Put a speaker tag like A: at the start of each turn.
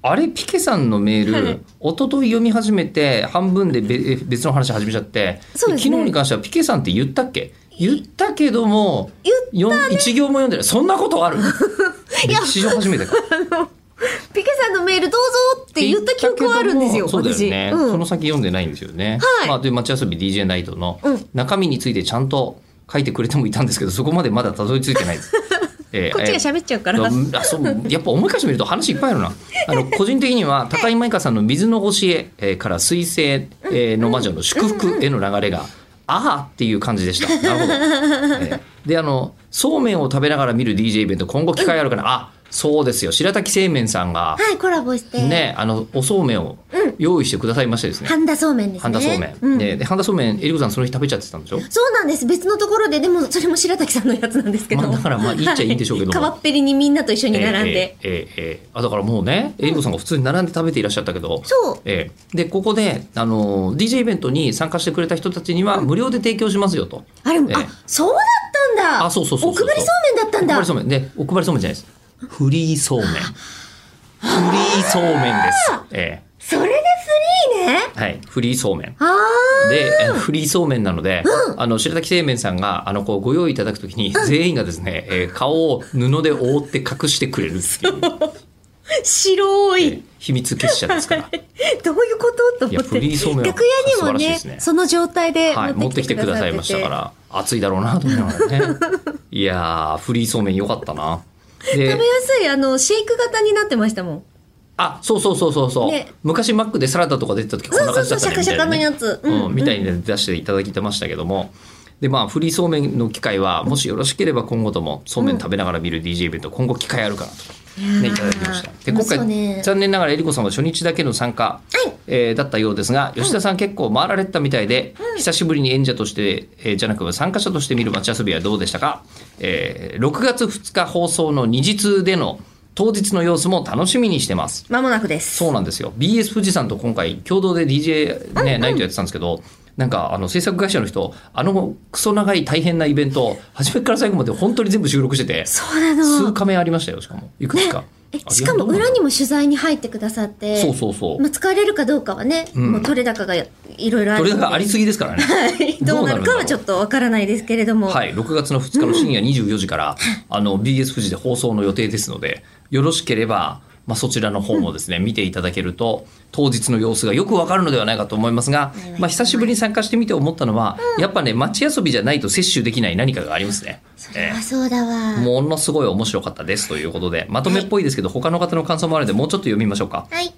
A: あれピケさんのメール、
B: はい
A: 一昨日読み始めて半分でべ別の話始めちゃって、
B: そうですね
A: 昨日に関してはピケさんって言ったっけ言ったけども
B: 言
A: よん一行も読んでないそんなこと ある歴史上初めてか
B: ピケさんのメールどうぞって言った記憶はあるんですよ、
A: そうだよ
B: 私。
A: ね、
B: う
A: そ
B: ん
A: の。先読んでないんですよね。
B: はい
A: まあ、という街遊び DJ ナイトの
B: うん
A: 中身についてちゃんと書いてくれてもいたんですけど、そこまでまだたどり着いてない です。えー
B: こっちが
A: えー
B: 喋っちゃうから。
A: あそうやっぱ思い返してみると話いっぱいあるなあの個人的には高井舞香さんの「水の教ええー」から「水星えーの魔女の祝福」への流れが「ああ」っていう感じでしたなるほど、 えーであのそうめんを食べながら見る DJ イベント今後機会あるかなあそうですよ白滝製麺さんが
B: はい、コラボして。
A: ね、あのおそうめんを用意してくださいましてですね、
B: 半田そうめんですね。
A: 半田そうめん、
B: うん
A: ねで半田そうめんえりこさんその日食べちゃってたんでしょ
B: そうなんです。別のところで、でもそれも白滝さんのやつなんですけど。
A: まあだからまあいいっちゃいいんでしょ うけども
B: はい川っぺりにみんなと一緒に並ん
A: えーえ
B: で。
A: ーえーえーあだからもうねえりこさんが普通に並んで食べていらっしゃったけど、
B: そう。
A: ええでここで、あのー DJ イベントに参加してくれた人たちには無料で提供しますよと。
B: あれも、
A: ええ
B: あ、そうだったんだ。
A: あそうそうそうそうそう
B: お配りそうめんだったん
A: お配
B: だ
A: り。そうめんねお配りそうめんじゃないです。フリーそうめん。フリーそうめんです。え
B: それでフリーね。
A: えはいフリーそうめん。
B: あ
A: でえフリーそうめんなので、あの白滝製麺さんがあのこうご用意いただくときに全員がですね、えー顔を布で覆って隠してくれるっていう
B: ー、白い。
A: 秘密結社です から。
B: どういうことと
A: い
B: 思
A: や
B: っ
A: フ
B: て。
A: リーそうめんは
B: 楽屋にも
A: 素晴らしい
B: ね
A: ですね
B: その状態で
A: はい、持
B: 持
A: っ
B: ってて
A: き
B: き
A: て
B: て
A: く
B: く
A: だ
B: だ
A: さい
B: さい
A: ま
B: ま
A: し
B: したた
A: か
B: から
A: 暑いだろうなと思いながらねいやーフリーそうめんよかったなで
B: 食べやすいあのシェイク型になってましたもん。
A: あそうそうそうそうそう、
B: ね
A: 昔マックでサラダとか出てた時こん
B: そ
A: な
B: うそ
A: 感
B: う
A: じだ
B: そう
A: っ
B: シ
A: た
B: ャ
A: ね
B: カシャカの
A: みたいなねうんみた
B: やつ。
A: い
B: い
A: に出していただいてましたけども。でまあ、フリーそうめんの機会はもしよろしければ今後ともそうめん食べながら見る DJ イベント今後機会あるかなと、ね、いただきましたで今
B: そう
A: 回、
B: ね。
A: 残念ながらえりこさんは初日だけの参加、
B: はい
A: えーだったようですが吉田さん結構回られてたみたいで、久しぶりに演者として、えーじゃなく参加者として見る街遊びはどうでしたか、えー6月2日放送の二次通での当日の様子も楽しみにしてます
B: まもなくです。
A: そうなんですよ BS 富士山と今回共同で DJ、ねナイトやってたんですけどなんかあの制作会社の人あのクソ長い大変なイベント初めから最後まで本当に全部収録してて
B: そうなの
A: 数。カメありましたよしかもいくつか。
B: えしかも裏にも取材に入ってくださって。
A: そうそうそう
B: まあ、使われるかどうかはね、
A: ん
B: もう取れ高がいろいろある
A: そ
B: ので
A: れがありすぎですからね。
B: はいどうなるかはちょっとわからないですけれども、
A: はい、6月の2日の深夜24時から、あの BS 富士で放送の予定ですので、よろしければ、まあ、そちらの方もですね、見ていただけると、当日の様子がよくわかるのではないかと思いますが、まあ、久しぶりに参加してみて思ったのは、やっぱね、街遊びじゃないと摂取できない何かがありますね。え
B: あそうだわ
A: えものすごい面白かったですということで、まとめっぽいですけど、他の方の感想もあるので、もうちょっと読みましょうか。
B: はい